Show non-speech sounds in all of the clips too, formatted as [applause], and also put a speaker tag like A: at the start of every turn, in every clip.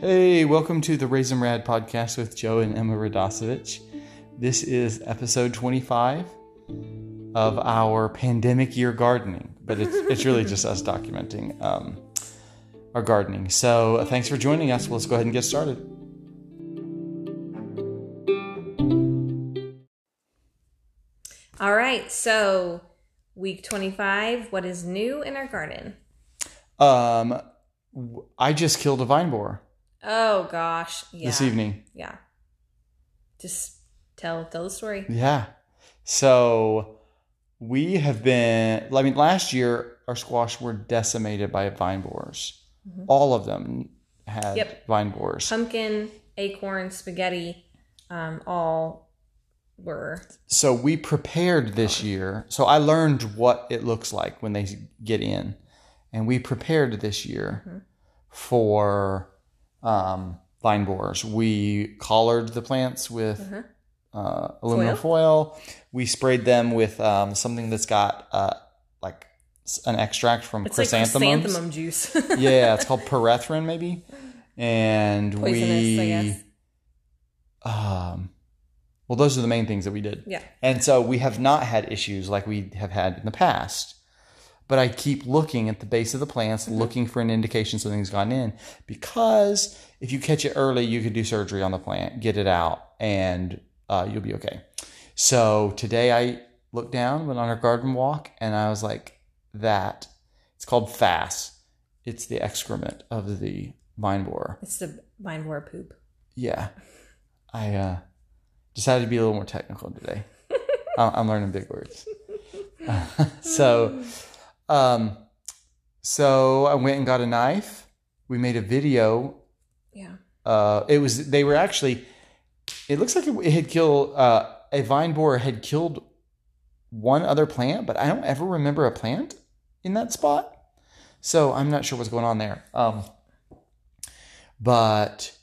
A: Hey, welcome to the Raisin Rad podcast with Joe and Emma Radosevich. This is episode 25 of our pandemic year gardening, but it's, it's really just us documenting um, our gardening. So uh, thanks for joining us. Let's go ahead and get started.
B: All right, so week 25, what is new in our garden?
A: Um, w- I just killed a vine borer
B: Oh gosh, yeah.
A: this evening.
B: Yeah. Just tell tell the story.
A: Yeah. So we have been, I mean, last year our squash were decimated by vine borers.
B: Mhm.
A: All of them had
B: Yep.
A: vine borers.
B: Pumpkin, acorn, spaghetti, um, all were
A: So we prepared this year. So I learned what it looks like when they get in. And we prepared this year
B: Mhm.
A: for um, vine borers. We collared the plants with
B: uh-huh.
A: uh, aluminum foil. We sprayed them with um, something that's got uh, like s- an extract from
B: it's like
A: chrysanthemums.
B: chrysanthemum juice. [laughs]
A: yeah, it's called perethrin maybe. And
B: [laughs] Poisonous,
A: we,
B: I guess.
A: um, well, those are the main things that we did.
B: Yeah.
A: And so we have not had issues like we have had in the past. But I keep looking at the base of the plants, looking for an indication something's gone in. Because if you catch it early, you could do surgery on the plant, get it out, and uh, you'll be okay. So today I looked down, went on our garden walk, and I was like, that. It's called FAS. It's the excrement of the vine borer.
B: It's the vine borer poop.
A: Yeah. I uh, decided to be a little more technical today. I- I'm learning big words. [laughs] so, um, so I went and got a knife. We made a video.
B: Yeah.
A: Uh, it was they were actually. It looks like it had killed uh, a vine borer had killed one other plant, but I don't ever remember a plant in that spot. So I'm not sure what's going on there. Um, but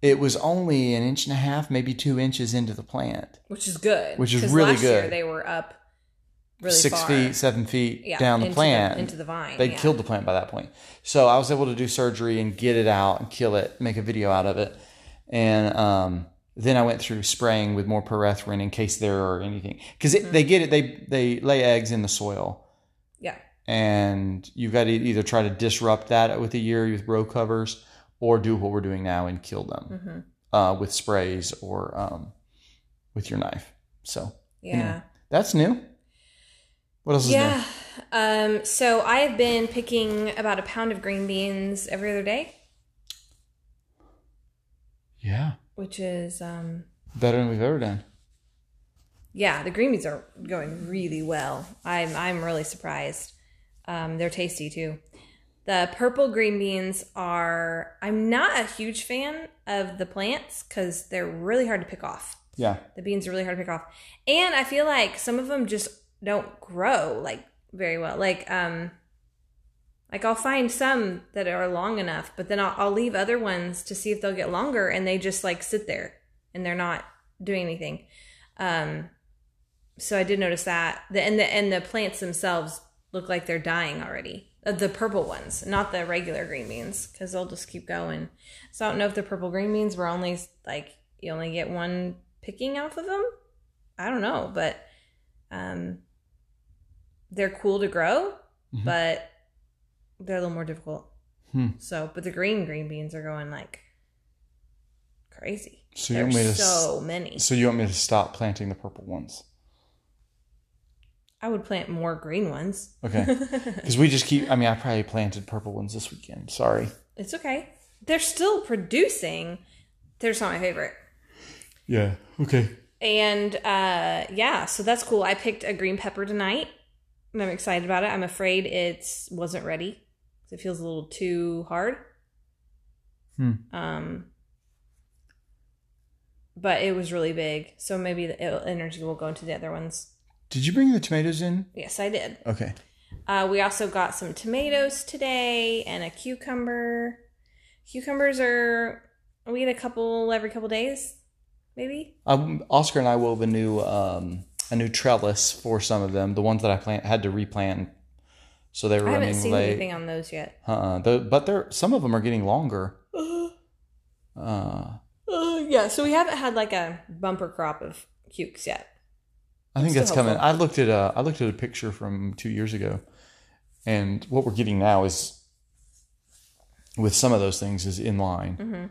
A: it was only an inch and a half, maybe two inches into the plant,
B: Which is good.
A: Which is
B: 'cause
A: really
B: last Year
A: good.
B: they were up really
A: six
B: far.
A: feet, seven feet
B: yeah,
A: down the
B: into
A: plant.
B: into the vine.
A: They'd
B: yeah.
A: killed the plant by that point. So I was able to do surgery and get it out and kill it, make a video out of it. And um, then I went through spraying with more perethrin in case there are anything. Because they get it, they, they lay eggs in the soil.
B: Yeah.
A: And you've got to either try to disrupt that with a year with row covers or do what we're doing now and kill them
B: Mm-hmm.
A: uh, with sprays or um, with your knife. So
B: Yeah.
A: Anyway. that's new. What else is new?
B: Yeah. Um, so I have been picking about a pound of green beans every other day,
A: Yeah.
B: which is um,
A: Better than we've ever done.
B: yeah, the green beans are going really well. I'm I'm really surprised. Um, they're tasty too. The purple green beans are I'm not a huge fan of the plants because they're really hard to pick off.
A: Yeah.
B: The beans are really hard to pick off. And I feel like some of them just don't grow like very well. Like um like I'll find some that are long enough, but then I'll, I'll leave other ones to see if they'll get longer and they just like sit there and they're not doing anything. Um so I did notice that. The and the and the plants themselves look like they're dying already. Uh, The purple ones, not the regular green beans, because they'll just keep going. So I don't know if the purple green beans were only like you only get one picking off of them. I don't know, but um, they're cool to grow,
A: Mhm.
B: but they're a little more difficult.
A: Hmm.
B: So, but the green green beans are going like crazy.
A: So you want me to
B: There's
A: s-
B: so many.
A: So you want me to stop planting the purple ones?
B: I would plant more green ones. [laughs]
A: Okay. Because we just keep. I mean, I probably planted purple ones this weekend. Sorry.
B: it's okay. They're still producing. They're just not my favorite.
A: Yeah. Okay.
B: And uh yeah, so that's cool. I picked a green pepper tonight. And I'm excited about it. I'm afraid it's wasn't ready. It feels a little too hard.
A: Hmm.
B: Um but it was really big, so maybe the it'll- energy will go into the other ones.
A: Did you bring the tomatoes in?
B: Yes, I did.
A: Okay.
B: Uh, we also got some tomatoes today and a cucumber. Cucumbers are we get a couple every couple days, maybe.
A: Um, Oscar and I wove a new um, a new trellis for some of them. The ones that I plant had to replant, so they were
B: I haven't
A: running
B: seen
A: late.
B: anything on those yet. [gasps]
A: Uh-uh. The, but they're some of them are getting longer. Uh,
B: Uh, yeah, so we haven't had like a bumper crop of cukes yet.
A: I think
B: still
A: that's coming.
B: helpful.
A: I looked at a I looked at a picture from two years ago, and what we're getting now is with some of those things is in line.
B: Mm-hmm.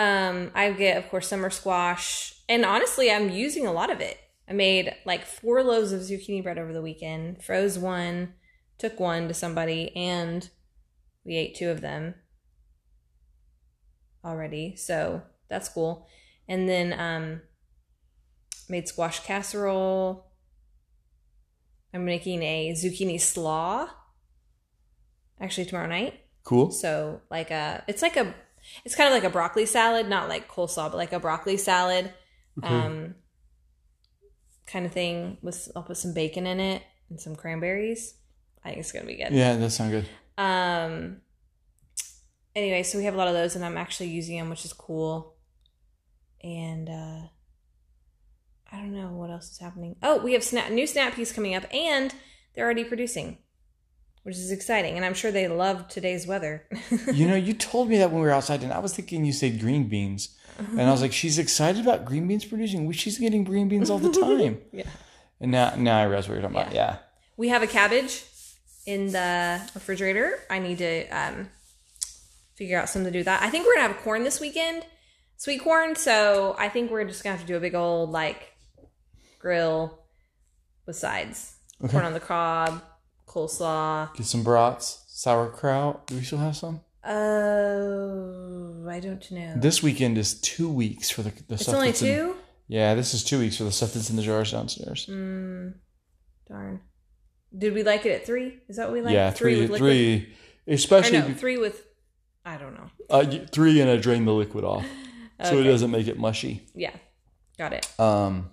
B: Um, I get, of course, summer squash, and honestly, I'm using a lot of it. I made like four loaves of zucchini bread over the weekend, froze one, took one to somebody, and we ate two of them already. So that's cool. And then um, made squash casserole. I'm making a zucchini slaw. Actually, tomorrow night.
A: Cool.
B: So like a, it's like a, it's kind of like a broccoli salad, not like coleslaw, but like a broccoli salad,
A: Okay.
B: um, kind of thing. With I'll put some bacon in it and some cranberries. I think it's gonna be good.
A: yeah, that sounds good.
B: Um. Anyway, so we have a lot of those, and I'm actually using them, which is cool. And uh, I don't know what else is happening. Oh, we have snap new snap peas coming up, and they're already producing, which is exciting. And I'm sure they love today's weather. [laughs]
A: you know, you told me that when we were outside, and I was thinking you said green beans, and I was like, she's excited about green beans producing. We- She's getting green beans
B: [laughs]
A: all the time.
B: Yeah.
A: And now, now I realize what you're talking about. Yeah.
B: We have a cabbage in the refrigerator. I need to um, figure out something to do with that. I think we're gonna have corn this weekend, sweet corn. So I think we're just gonna have to do a big old like grill with sides,
A: Okay.
B: corn on the cob, coleslaw.
A: Get some brats, sauerkraut. Do we still have some?
B: Oh, I don't know.
A: This weekend is two weeks for the, the
B: it's
A: stuff.
B: only
A: that's in-
B: two.
A: yeah, this is two weeks for the stuff that's in the jars downstairs.
B: Mm, darn. Did we like it at three? Is that what we like?
A: yeah, three,
B: with liquid.
A: three, especially
B: Or no, three with. I don't know.
A: Uh, y- three, and I drain the liquid off, so it
B: Okay.
A: doesn't make it mushy.
B: Yeah, got it.
A: Um,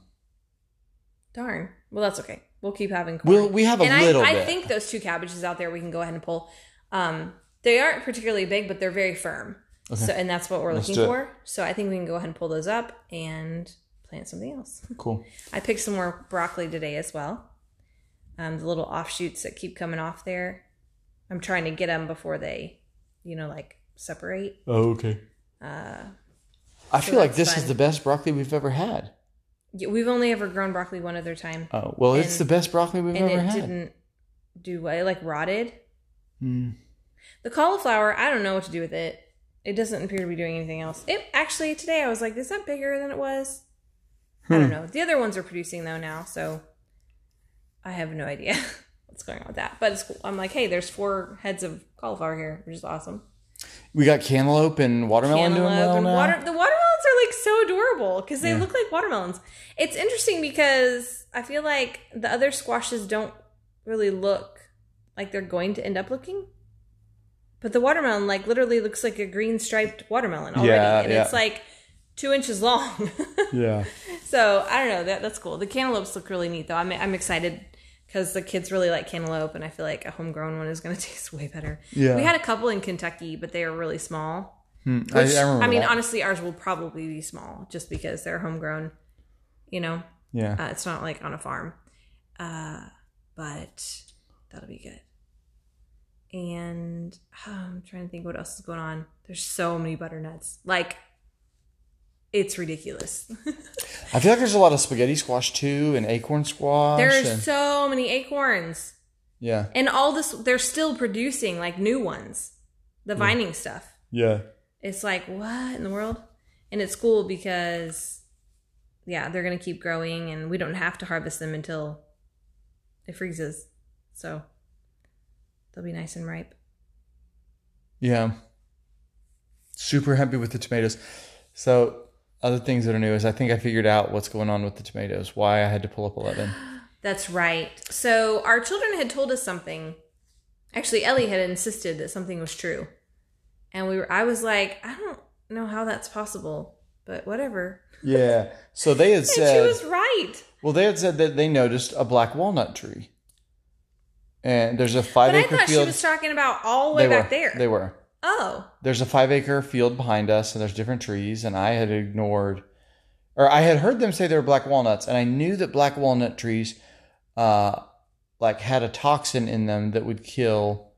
B: Darn. Well, that's okay. We'll keep having corn.
A: we'll, we have a
B: and
A: little
B: I,
A: bit.
B: I think those two cabbages out there we can go ahead and pull. Um, they aren't particularly big, but they're very firm.
A: Okay.
B: So, and that's what we're
A: Let's
B: looking
A: do it.
B: for. So I think we can go ahead and pull those up and plant something else. [laughs]
A: cool.
B: I picked some more broccoli today as well. Um, the little offshoots that keep coming off there. I'm trying to get them before they, you know, like separate.
A: Oh, okay.
B: Uh,
A: I
B: So
A: feel like
B: that's
A: this is
B: fun.
A: the best broccoli we've ever had.
B: yeah, we've only ever grown broccoli one other time,
A: Oh well, it's
B: And-
A: the best broccoli we've
B: and
A: ever
B: it
A: had.
B: didn't do well. It like rotted.
A: Mm.
B: The cauliflower, I don't know what to do with it. It doesn't appear to be doing anything else. It actually today I was like, is that bigger than it was? I
A: Hmm.
B: don't know. The other ones are producing though now, so I have no idea [laughs] what's going on with that. But it's cool. I'm like, hey, there's four heads of cauliflower here, which is awesome.
A: We got cantaloupe and watermelon Oh, doing well
B: and
A: now.
B: water. The watermelons are like so adorable because they
A: Yeah.
B: look like watermelons. It's interesting because I feel like the other squashes don't really look like they're going to end up looking, but the watermelon like literally looks like a green striped watermelon already,
A: Yeah,
B: and
A: yeah.
B: it's like two inches long. [laughs]
A: yeah,
B: so I don't know. That that's cool. The cantaloupes look really neat though. I'm I'm excited. Because the kids really like cantaloupe, and I feel like a homegrown one is going to [laughs] taste way better.
A: yeah.
B: We had a couple in Kentucky, but they are really small.
A: Hmm, I,
B: Which,
A: I
B: I,
A: remember.
B: mean,
A: that.
B: honestly, ours will probably be small just because they're homegrown. You know,
A: yeah.
B: uh, it's not like on a farm. Uh, but that'll be good. And oh, I'm trying to think what else is going on. There's so many butternuts. Like, it's ridiculous.
A: I feel like there's a lot of spaghetti squash too, and acorn squash.
B: there are
A: and-
B: so many acorns.
A: yeah,
B: And all this, they're still producing like new ones, the vining stuff.
A: yeah.
B: it's like what in the world and it's cool because yeah they're gonna keep growing and we don't have to harvest them until it freezes so they'll be nice and ripe
A: Yeah. Super happy with the tomatoes. So, other things that are new is I think I figured out what's going on with the tomatoes, why I had to pull up 11.
B: that's right so our children had told us something actually ellie had insisted that something was true and we were i was like i don't know how that's possible but whatever
A: Yeah. So, they had
B: and [laughs] she
A: said,
B: was right
A: well, they had said that they noticed a black walnut tree. And there's a five
B: but i
A: acre
B: thought she
A: field.
B: was talking about all the way
A: they
B: back
A: were,
B: there
A: They were.
B: oh
A: There's a five acre field behind us, and there's different trees, and I had ignored, or I had heard them say they were black walnuts, and I knew that black walnut trees, uh, like had a toxin in them that would kill,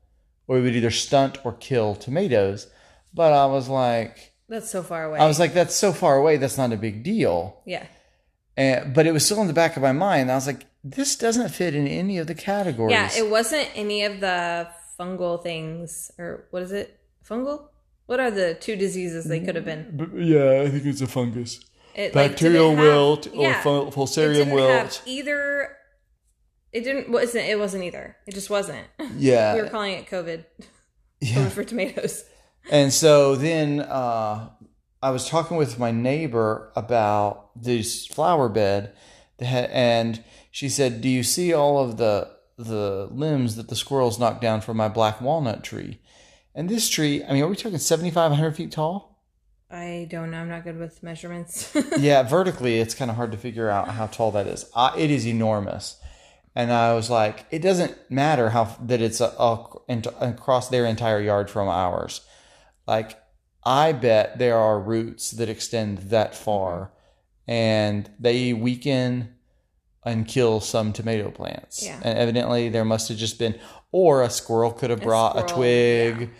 A: or would either stunt or kill tomatoes, but I was like,
B: That's so far away.
A: I was like, that's so far away. That's not a big deal.
B: yeah.
A: And, but it was still in the back of my mind. I was like, this doesn't fit in any of the categories.
B: Yeah, it wasn't any of the fungal things or what is it? Fungal? What are the two diseases they could have been?
A: But yeah, I think it's a fungus.
B: It, like,
A: Bacterial
B: didn't have-
A: wilt or
B: yeah,
A: fun-
B: it didn't
A: falsarium
B: have
A: wilt.
B: either. It didn't wasn't it wasn't either. It just wasn't. [laughs]
A: Yeah.
B: we were calling it COVID.
A: [laughs] yeah.
B: COVID for tomatoes.
A: And so then uh, I was talking with my neighbor about this flower bed, that had, and she said, "Do you see all of the the limbs that the squirrels knocked down from my black walnut tree?" And this tree, I mean, are we talking seventy five hundred feet tall?
B: I don't know. I'm not good with measurements. [laughs]
A: [laughs] yeah, vertically, it's kind of hard to figure out how tall that is. I, it is enormous. And I was like, it doesn't matter how that it's a, a- and across their entire yard from ours. Like, I bet there are roots that extend that far, and they weaken and kill some tomato plants.
B: Yeah.
A: And evidently, there must have just been, or a squirrel could have
B: A
A: brought a
B: squirrel,
A: twig,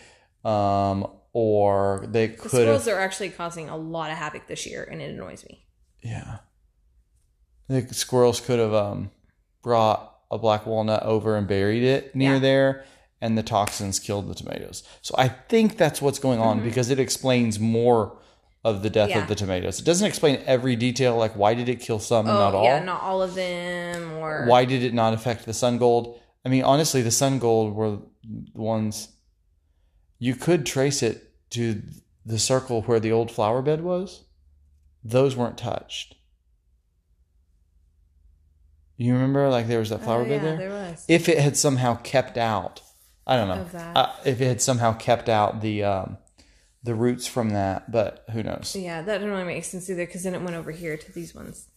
A: um, or they
B: the
A: could have
B: squirrels are actually causing a lot of havoc this year, and it annoys me.
A: Yeah. The squirrels could have um, brought a black walnut over and buried it near
B: Yeah.
A: there, and the toxins killed the tomatoes. So I think that's what's going on
B: Mhm.
A: because it explains more of the death
B: Yeah.
A: of the tomatoes. It doesn't explain every detail, like why did it kill some and not all?
B: Oh, yeah, not all of them. Or
A: why did it not affect the sun gold? I mean, honestly, the sun gold were the ones you could trace it to the circle where the old flower bed was. Those weren't touched. You remember, like there was that flower
B: oh,
A: bed
B: yeah,
A: there.
B: was.
A: If it had somehow kept out, I don't know.
B: Of that.
A: Uh, if it had somehow kept out the um, the roots from that, but who knows?
B: yeah, that didn't really make sense either because then it went over here to these ones.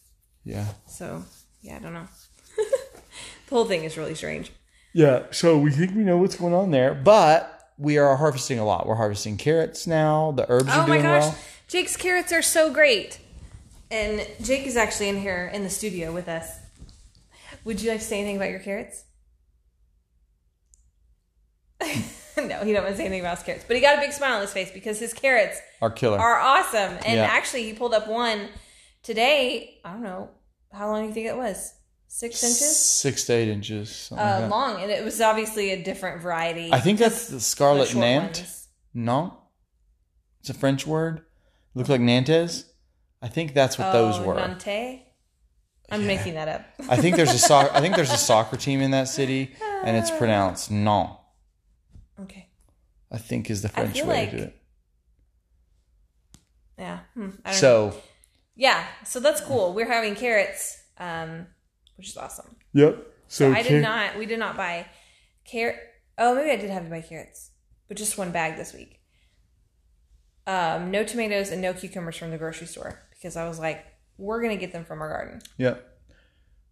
A: Yeah.
B: So yeah, I don't know. [laughs] the whole thing is really strange.
A: Yeah, so we think we know what's going on there, but we are harvesting a lot. We're harvesting carrots now. The herbs
B: Oh
A: are
B: my
A: doing
B: gosh,
A: well.
B: Jake's carrots are so great. And Jake is actually in here in the studio with us. Would you like to say anything about your carrots? [laughs] no, he don't want to say anything about his carrots, but he got a big smile on his face because his carrots
A: Our killer.
B: are awesome. And
A: Yeah.
B: actually, he pulled up one today. I don't know how long do you think it was? Six inches
A: Six to eight inches. something
B: uh,
A: like that.
B: long, and it was obviously a different variety.
A: Uh-huh. I think that's the
B: of
A: scarlet
B: short
A: nant.
B: ones.
A: No? It's a French word. Look like nantes. I think that's what those
B: Oh,
A: were.
B: Nantais? I'm making that up. [laughs]
A: I think there's a soc- I think there's a soccer team in that city, and
B: Uh.
A: it's pronounced non.
B: Okay.
A: I think is the French
B: feel
A: way
B: like-
A: to do it.
B: Yeah. Hmm. I don't know.
A: So,
B: yeah. So that's cool. We're having carrots, um, which is awesome.
A: yep. So,
B: I did not. We did not buy carrot. Oh, maybe I did have to buy carrots, but just one bag this week. Um, no tomatoes and no cucumbers from the grocery store because I was like, we're gonna get them from our garden.
A: Yep.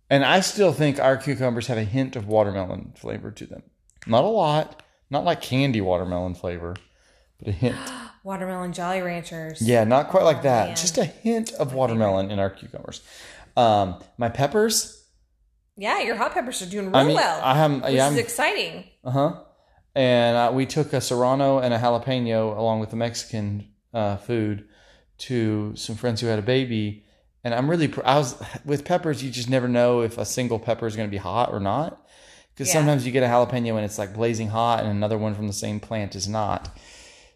A: And I still think our cucumbers have a hint of watermelon flavor to them. Not a lot, not like candy watermelon flavor, but a
B: [gasps]
A: hint.
B: Watermelon Jolly Ranchers.
A: Yeah, not quite like that.
B: man.
A: Just a hint of watermelon in our cucumbers. Um, my peppers.
B: Yeah, your hot peppers are doing real
A: I mean,
B: well,
A: I am.
B: which
A: Yeah,
B: is
A: I'm,
B: exciting.
A: uh-huh. And uh, we took a serrano and a jalapeno along with the Mexican uh, food to some friends who had a baby. And I'm really, pr- I was with peppers. You just never know if a single pepper is going to be hot or not, because
B: Yeah.
A: sometimes you get a jalapeno and it's like blazing hot, and another one from the same plant is not.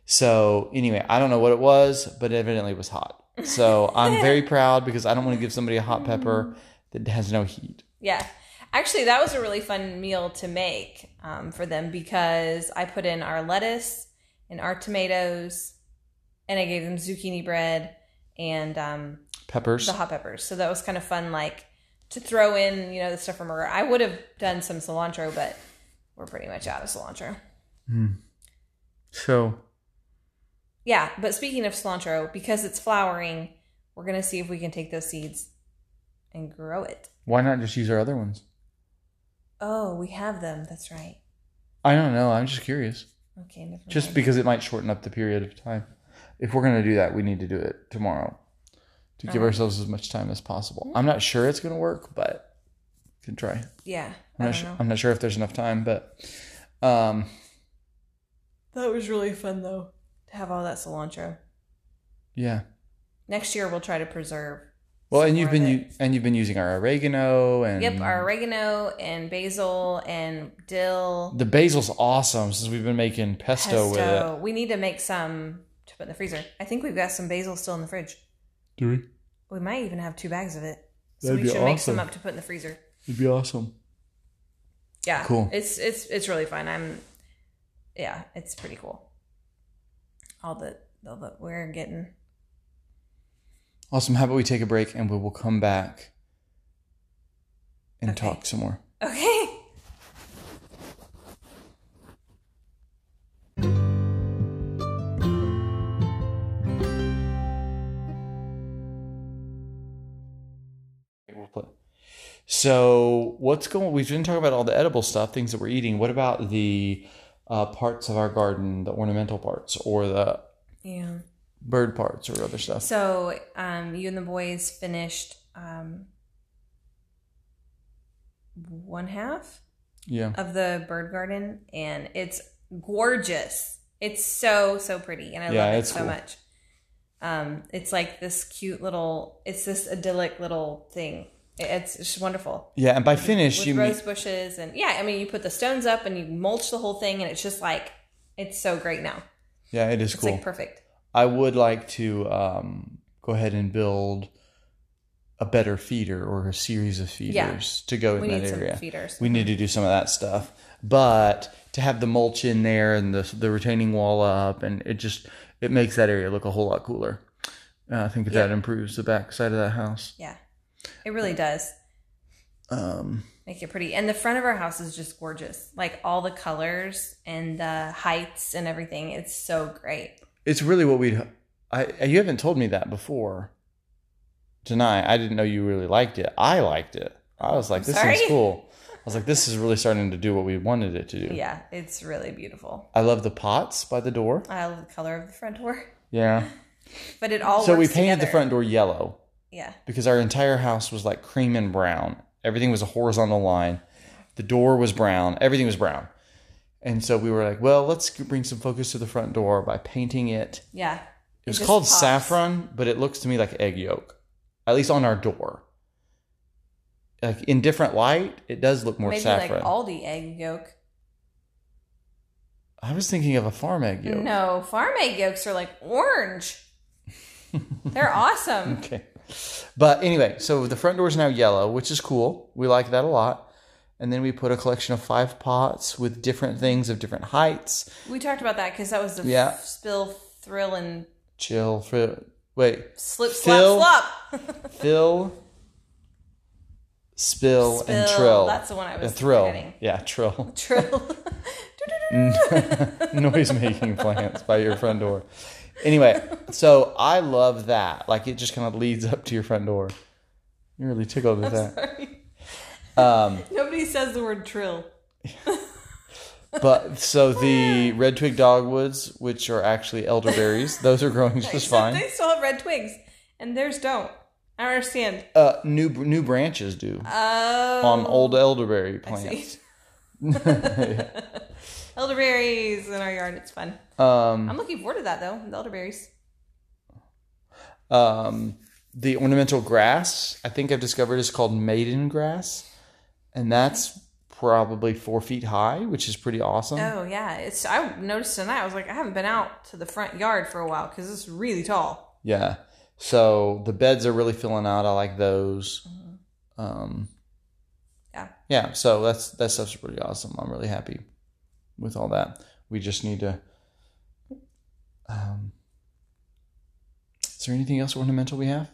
A: So anyway, I don't know what it was, but evidently it was hot.
B: [laughs]
A: So I'm very proud because I don't want to give somebody a hot
B: Mm.
A: pepper that has no heat.
B: Yeah. Actually, that was a really fun meal to make um, for them because I put in our lettuce and our tomatoes, and I gave them zucchini bread and um,
A: Peppers.
B: the hot peppers. So that was kind of fun, like to throw in, you know, the stuff from our. I would have done some cilantro, but we're pretty much out of cilantro.
A: So
B: Yeah, but speaking of cilantro, because it's flowering, we're gonna see if we can take those seeds and grow it.
A: why not just use our other ones?
B: Oh, we have them. That's right.
A: I don't know. I'm just curious.
B: Okay, never
A: Just
B: mind.
A: because it might shorten up the period of time. If we're going to do that, we need to do it tomorrow to give
B: Oh.
A: ourselves as much time as possible. I'm not sure it's going to work, but can try.
B: yeah. I
A: I'm not,
B: don't
A: su-
B: know.
A: I'm not sure if there's enough time, but um,
B: That was really fun though. To have all that cilantro.
A: Yeah.
B: Next year we'll try to preserve.
A: Well,
B: some
A: and
B: more
A: you've
B: of
A: been
B: it.
A: u- and you've been using our oregano and
B: Yep, our oregano and basil and dill
A: the basil's awesome since we've been making pesto, with it.
B: We need to make some to put in the freezer. I think we've got some basil still in the fridge.
A: Do we?
B: We might even have two bags of it. So
A: That'd
B: we
A: be
B: should make some
A: awesome.
B: up to put in the freezer.
A: It'd be awesome.
B: Yeah.
A: Cool.
B: It's it's it's really fun. I'm yeah, it's pretty cool. All the all that we're getting.
A: Awesome. How about we take a break and we will come back and
B: Okay.
A: talk some more.
B: Okay. [laughs]
A: We'll play. So what's going? We've been talking about all the edible stuff, things that we're eating. What about the uh, parts of our garden, the ornamental parts, or the
B: Yeah.
A: bird parts, or other stuff?
B: So um you and the boys finished um one half
A: Yeah,
B: of the bird garden and it's gorgeous. It's so so pretty and I
A: Yeah,
B: love it
A: it's
B: so
A: cool.
B: much. Um it's like this cute little it's this idyllic little thing. It- It's just wonderful.
A: yeah. And by finish,
B: With
A: you mean
B: rose bushes and yeah, I mean you put the stones up and you mulch the whole thing and it's just like it's so great now.
A: yeah, it is
B: It's
A: cool.
B: like perfect.
A: I would like to um, go ahead and build a better feeder or a series of feeders to go in
B: We
A: that
B: need some
A: area.
B: feeders.
A: We need to do some of that stuff. But to have the mulch in there and the, the retaining wall up, and it just it makes that area look a whole lot cooler. Uh, I think that
B: Yeah.
A: improves the backside of that house.
B: Yeah. It really does.
A: Um,
B: Make it pretty. And the front of our house is just gorgeous. Like all the colors and the heights and everything. It's so great.
A: it's really what we'd. I you haven't told me that before. Tonight, I didn't know you really liked it. I liked it. I was like,
B: I'm
A: this
B: sorry.
A: is cool. I was like, this is really starting to do what we wanted it to do.
B: Yeah, it's really beautiful.
A: I love the pots by the door.
B: I love the color of the front door. [laughs]
A: Yeah.
B: But it all
A: So we
B: works
A: painted the
B: together.
A: front door yellow.
B: Yeah.
A: because our entire house was like cream and brown. Everything was a horizontal line. The door was brown. Everything was brown. And so we were like, well, let's bring some focus to the front door by painting it.
B: Yeah.
A: It was
B: just
A: called
B: pops.
A: saffron, but it looks to me like egg yolk, at least on our door. Like in different light, it does look more
B: Maybe
A: saffron.
B: like Aldi egg yolk.
A: I was thinking of a farm egg yolk.
B: No, farm egg yolks are like orange.
A: [laughs]
B: They're awesome.
A: Okay. But anyway, so the front door is now yellow, which is cool. We like that a lot. And then we put a collection of five pots with different things of different heights.
B: We talked about that because that was the
A: Yeah.
B: f- spill, thrill, and
A: Chill, fill, wait,
B: slip,
A: Fill,
B: slap, slop.
A: fill, spill, and
B: Spill,
A: trill.
B: that's the one I was
A: And thrill.
B: forgetting.
A: Yeah,
B: [laughs]
A: trill.
B: Trill.
A: Noise making plants by your front door. Anyway, so I love that. Like it just kind of leads up to your front door. You're really tickled with that. Um,
B: Nobody says the word trill.
A: But so the red twig dogwoods, which are actually elderberries, those are
B: [laughs]
A: growing just
B: Except
A: fine.
B: They still have red twigs, and theirs don't. I don't understand.
A: Uh, new new branches do
B: Oh,
A: on old elderberry
B: see.
A: plants. [laughs]
B: [laughs] elderberries in our yard. It's fun.
A: Um,
B: I'm looking forward to that though. The elderberries.
A: um, the ornamental grass, I think I've discovered, is called maiden grass, and that's probably four feet high, which is pretty awesome.
B: Oh yeah, it's. I noticed tonight. I was like, I haven't been out to the front yard for a while because it's really tall.
A: Yeah. So the beds are really filling out. I like those. Um,
B: Yeah.
A: Yeah. So that's that stuff's pretty awesome. I'm really happy with all that. We just need to. Um, is there anything else ornamental we have?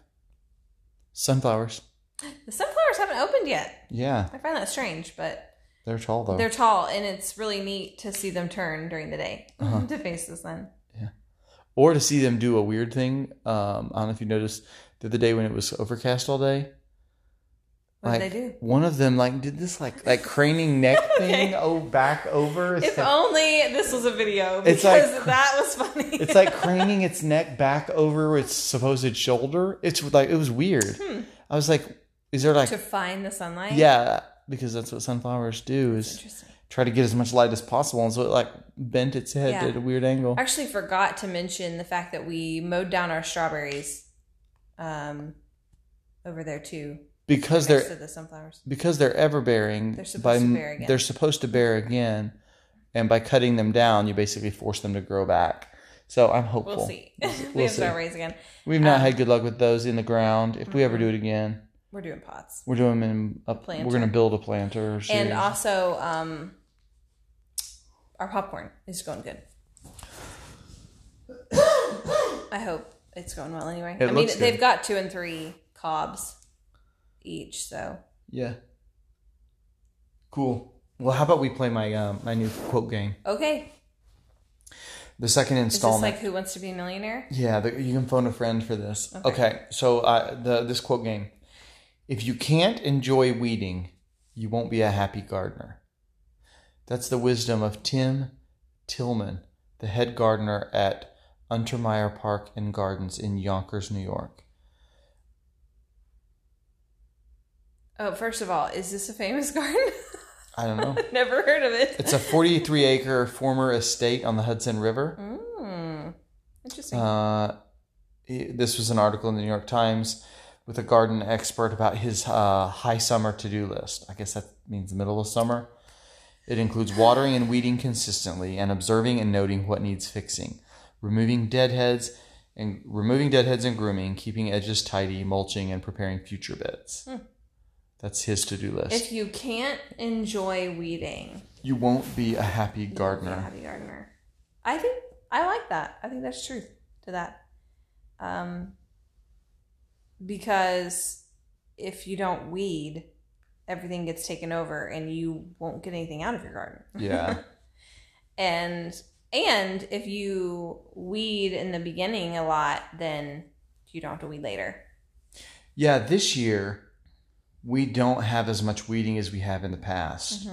A: Sunflowers.
B: The sunflowers haven't opened yet.
A: Yeah,
B: I find that strange, but
A: they're tall though.
B: They're tall, and it's really neat to see them turn during the day
A: Uh-huh.
B: [laughs] to face the sun.
A: or to see them do a weird thing. Um, I don't know if you noticed the other day when it was overcast all day.
B: What
A: like
B: do they do?
A: one of them like did this like like craning
B: [laughs]
A: neck thing oh back over. It's
B: If
A: like-
B: only this was a video because
A: It's like-
B: that was funny. [laughs]
A: It's like craning its neck back over its supposed shoulder. It's like it was weird. I was like, is there like
B: Hmm. to find the sunlight.
A: yeah, because that's what sunflowers do is
B: Interesting.
A: try to get as much light as possible, and so it like bent its head
B: Yeah.
A: at a weird angle.
B: I actually forgot to mention the fact that we mowed down our strawberries um, over there too,
A: Because
B: next
A: they're
B: to the sunflowers.
A: because they're ever bearing,
B: They're supposed
A: by,
B: to bear again.
A: they're supposed to bear again, and by cutting them down, you basically force them to grow back. So I'm hopeful.
B: We'll see. [laughs]
A: We'll
B: We'll
A: see.
B: we
A: We'll
B: have
A: see.
B: strawberries again.
A: We've not
B: Um, mm-hmm.
A: had good luck with those in the ground. If we ever do it again,
B: We're doing pots.
A: we're doing them in a,
B: planter.
A: We're going to build a planter. or
B: And uh,
A: series.
B: also, um, our popcorn is going good. [coughs] I hope it's going well anyway.
A: It
B: I mean,
A: looks good.
B: they've got two and three cobs each, so
A: yeah, cool. Well, how about we play my um, my new quote game?
B: okay.
A: The second
B: Is this
A: installment.
B: like Who Wants to Be a Millionaire?
A: Yeah, the, you can phone a friend for this. Okay, so uh, the this quote game: If you can't enjoy weeding, you won't be a happy gardener. That's the wisdom of Tim Tillman, the head gardener at Untermeyer Park and Gardens in Yonkers, New York.
B: Oh, first of all, is this a famous [laughs] garden?
A: I don't know.
B: Never heard of it.
A: it's a 43 acre former estate on the Hudson River.
B: Mm, interesting.
A: Uh, it- this was an article in the New York Times with a garden expert about his uh, high summer to do list. I guess that means the middle of summer. It includes watering and weeding consistently and observing and noting what needs fixing, removing deadheads and removing deadheads and grooming, keeping edges tidy, mulching, and preparing future beds. That's his to do list.
B: if you can't enjoy weeding,
A: you won't be a happy
B: you
A: gardener.
B: won't [laughs] be a happy gardener. I think I like that. I think that's truth to that. Um, because if you don't weed, everything gets taken over, and you won't get anything out of your garden.
A: Yeah.
B: and and if you weed in the beginning a lot, then you don't have to weed later.
A: Yeah, this year we don't have as much weeding as we have in the past.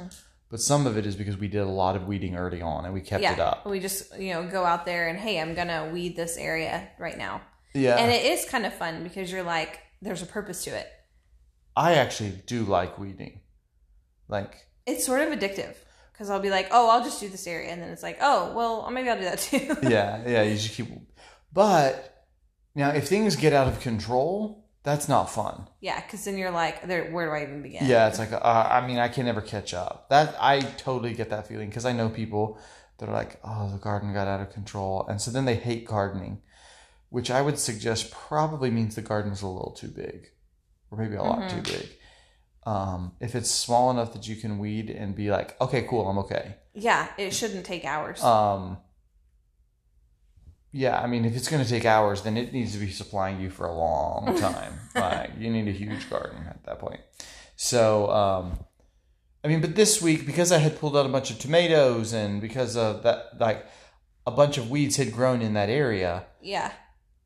A: But some of it is because we did a lot of weeding early on and we kept it up.
B: We just, you know, go out there and hey, I'm gonna weed this area right now.
A: Yeah.
B: And it is kind of fun because you're like, there's a purpose to it.
A: I actually do like weeding. Like,
B: It's sort of addictive because I'll be like, oh, I'll just do this area, and then it's like, oh, well, maybe I'll do that too.
A: yeah, yeah, you just keep. But now if things get out of control, that's not fun.
B: [laughs] yeah, because then you're like, there, where do I even begin?
A: Yeah, it's like, uh, I mean, I can never catch up. That I totally get that feeling because I know people that are like, oh, the garden got out of control. And so then they hate gardening, which I would suggest probably means the garden's a little too big or maybe a lot
B: Mhm.
A: too big. Um, if it's small enough that you can weed and be like, okay, cool, I'm okay.
B: Yeah, it shouldn't take hours.
A: Um, yeah, I mean, if it's going to take hours, then it needs to be supplying you for a long time. like, you need a huge garden at that point. So, um, I mean, but this week, because I had pulled out a bunch of tomatoes and because of that, like, a bunch of weeds had grown in that area.
B: yeah,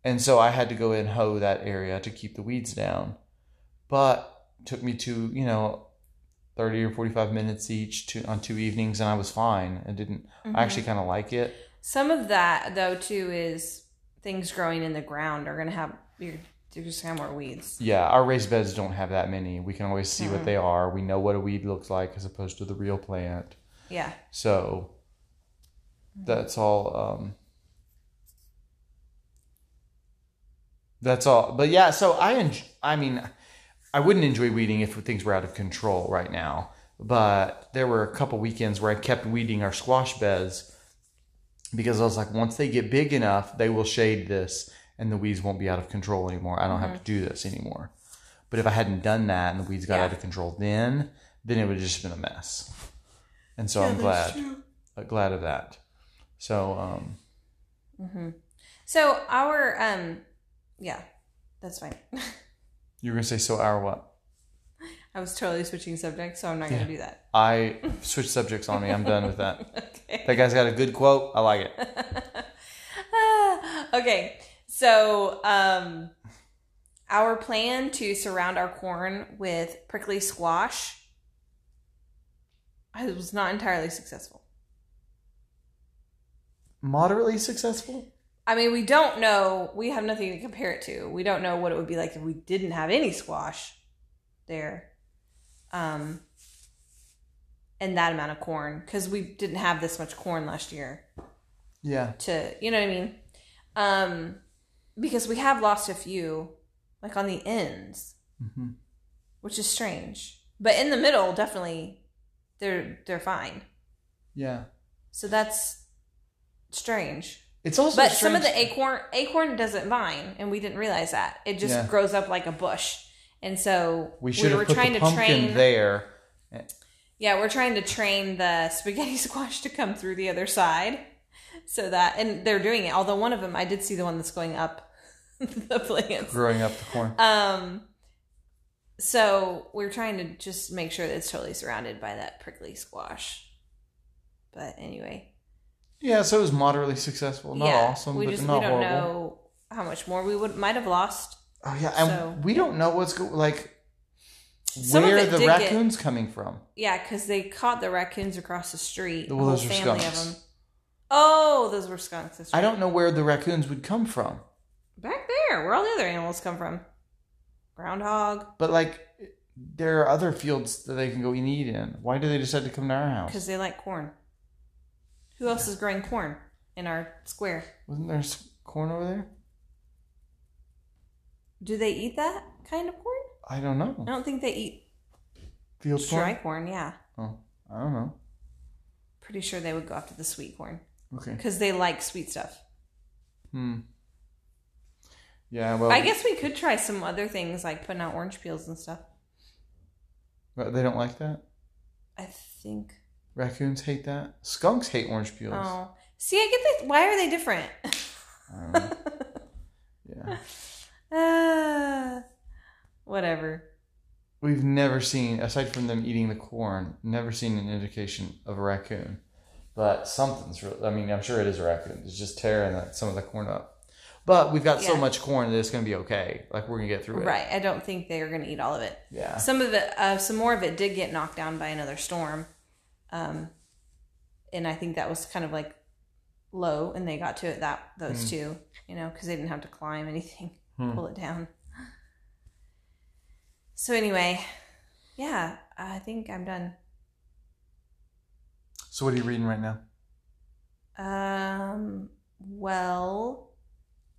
A: And so I had to go and hoe that area to keep the weeds down. But took me to, you know, 30 or 45 minutes each to, on two evenings, and I was fine. I didn't, I actually kind of like it.
B: Mm-hmm. some of that though too is things growing in the ground are gonna have you're, you're just gonna have more weeds.
A: Yeah, our raised beds don't have that many. We can always see what
B: Mhm.
A: they are. We know what a weed looks like as opposed to the real plant.
B: Yeah,
A: So that's all. Um, that's all. But yeah, so I enj- I mean, I wouldn't enjoy weeding if things were out of control right now. But there were a couple weekends where I kept weeding our squash beds because I was like, once they get big enough, they will shade this and the weeds won't be out of control anymore. I don't have to do this anymore. But if I hadn't done that and the weeds got
B: Yeah.
A: out of control then, then it would have just been a mess. And so I'm glad, uh, glad of that. So, um,
B: So our um, yeah, that's fine. [laughs]
A: you were going to say, so our what?
B: I was totally switching subjects, so I'm not gonna do that. [laughs]
A: I switched subjects on me. I'm done with that.
B: Okay.
A: That guy's got a good quote. I like it.
B: Ah, [laughs] okay. So, um, our plan to surround our corn with prickly squash I was not entirely successful.
A: Moderately successful?
B: I mean, we don't know. We have nothing to compare it to. We don't know what it would be like if we didn't have any squash there. Um, and that amount of corn because we didn't have this much corn last year
A: Yeah.
B: to you know what I mean? Um because we have lost a few like on the ends,
A: Mhm.
B: which is strange. But in the middle, definitely they're they're fine.
A: Yeah.
B: So that's strange.
A: It's also
B: But
A: strange.
B: some of the acorn acorn doesn't vine and we didn't realize that. It just
A: Yeah.
B: grows up like a bush. And so
A: we should have put the pumpkin there.
B: Yeah, we're trying to train the spaghetti [laughs] squash to come through the other side. So that, and they're doing it. Although one of them, I did see the one that's going up [laughs] the plants.
A: growing up the corn.
B: Um, so we're trying to just make sure that it's totally surrounded by that prickly squash. But anyway,
A: Yeah, so it was moderately successful. Not
B: yeah,
A: awesome,
B: we
A: but
B: just
A: not
B: we don't
A: horrible.
B: know how much more we would might have lost.
A: Oh yeah, and
B: So-
A: we don't know what's go- like
B: Some of
A: where
B: it
A: the
B: did get-
A: raccoons coming from.
B: Yeah, because they caught the raccoons across the street.
A: Well,
B: a whole
A: those were
B: family
A: skunks.
B: of them. Oh, those were skunks. That's
A: I
B: right.
A: don't know where the raccoons would come from,
B: back there where all the other animals come from groundhog
A: but like there are other fields that they can go and eat in. Why do they decide to come to our house?
B: because they like corn who else is growing corn in our square
A: Wasn't there s- corn over there?
B: do they eat that kind of corn
A: I don't know.
B: i don't think they eat
A: Field
B: dry
A: corn.
B: corn yeah
A: Oh, I don't know.
B: pretty sure they would go after the sweet corn
A: Okay.
B: because they like sweet stuff
A: Hmm. Yeah. Well,
B: i guess we could try some other things like putting out orange peels and stuff
A: but they don't like that.
B: i think
A: Raccoons hate that. Skunks hate orange peels.
B: oh see i get the why are they different [laughs]
A: I don't know. yeah.
B: uh, whatever
A: We've never seen, aside from them eating the corn, never seen an indication of a raccoon. But something's real. I mean, I'm sure it is a raccoon. It's just tearing that, some of the corn up. But we've got so
B: Yeah.
A: much corn that it's going to be okay. Like, we're going to get through it.
B: right i don't think they are going to eat all of it
A: Yeah.
B: some of it uh, some more of it did get knocked down by another storm um and i think that was kind of like low and they got to it that those two you know because they didn't have to climb anything [laughs]
A: Hmm.
B: pull it down so anyway yeah i think i'm done
A: So, what are you reading right now?
B: um well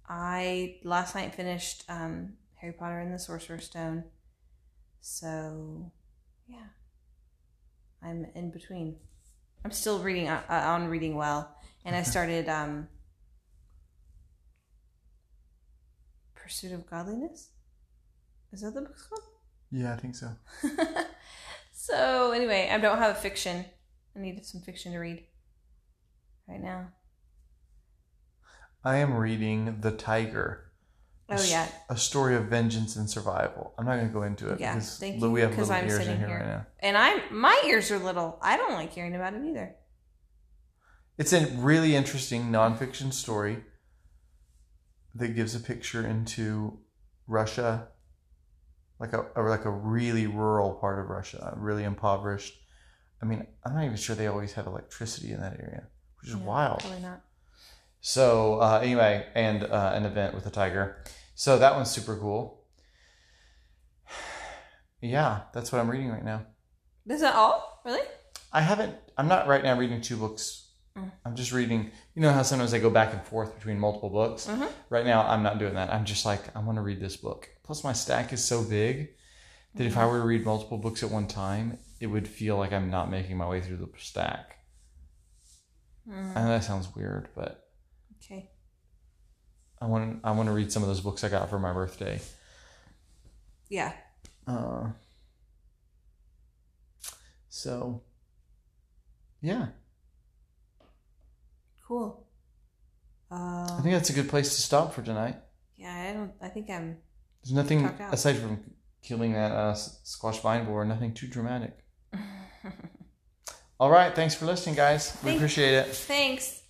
B: i last night finished um harry potter and the sorcerer's stone so yeah i'm in between i'm still reading uh, uh, on reading well and i started um pursuit of godliness is that the book's
A: Yeah, I think so.
B: called [laughs] so anyway i don't have a fiction i needed some fiction to read right now
A: I am reading The Tiger. a
B: oh
A: s-
B: yeah
A: A story of vengeance and survival. I'm not going to go into it
B: Yeah,
A: because
B: thank
A: Lou-
B: you,
A: we have
B: 'cause
A: little
B: I'm
A: ears in
B: sitting
A: here,
B: here.
A: right now.
B: and i'm my ears are little i don't like hearing about it either
A: It's a really interesting nonfiction story that gives a picture into Russia, like a or like a really rural part of Russia, really impoverished. I mean, I'm not even sure they always had electricity in that area, which is
B: Yeah,
A: wild.
B: probably not
A: So uh, anyway, and uh, an event with a tiger. So that one's super cool. [sighs] Yeah, that's what I'm reading right now.
B: is that all really
A: I haven't. I'm not right now reading two books.
B: Mm.
A: I'm just reading. You know how sometimes I go back and forth between multiple books.
B: Mhm.
A: Right now, I'm not doing that. I'm just like I want to read this book. Plus, my stack is so big that if I were to read multiple books at one time, it would feel like I'm not making my way through the stack.
B: Mm,
A: I know that sounds weird, but
B: okay
A: I want I want to read some of those books I got for my birthday.
B: yeah
A: Uh, so, yeah,
B: cool uh,
A: I think that's a good place to stop for tonight.
B: yeah i don't i think i'm
A: There's nothing
B: Talk out.
A: aside from killing that uh, s- squash vine borer, nothing too
B: [laughs]
A: dramatic. All right, thanks for listening, guys. We
B: Thank-
A: appreciate it.
B: thanks